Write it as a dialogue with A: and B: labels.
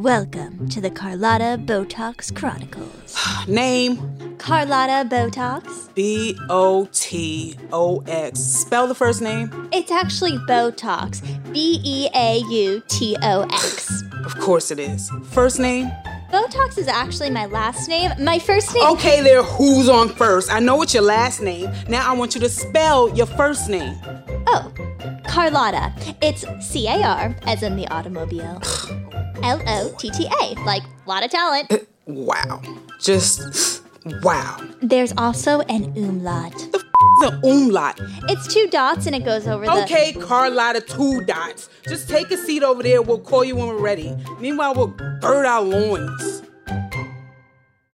A: Welcome to the Carlotta Botox Chronicles.
B: Name
A: Carlotta Botox?
B: B O T O X. Spell the first name.
A: It's actually Botox. B E A U T O X.
B: Of course it is. First name.
A: Botox is actually my last name. My first name.
B: Okay, there, who's on first? I know it's your last name. Now I want you to spell your first name.
A: Oh, Carlotta. It's C A R, as in the automobile. L O T T A, like lot of talent.
B: Wow. Just wow.
A: There's also an umlaut.
B: The umlaut.
A: It's two dots and it goes over the.
B: Okay, Carlotta, two dots. Just take a seat over there. We'll call you when we're ready. Meanwhile, we'll gird our loins.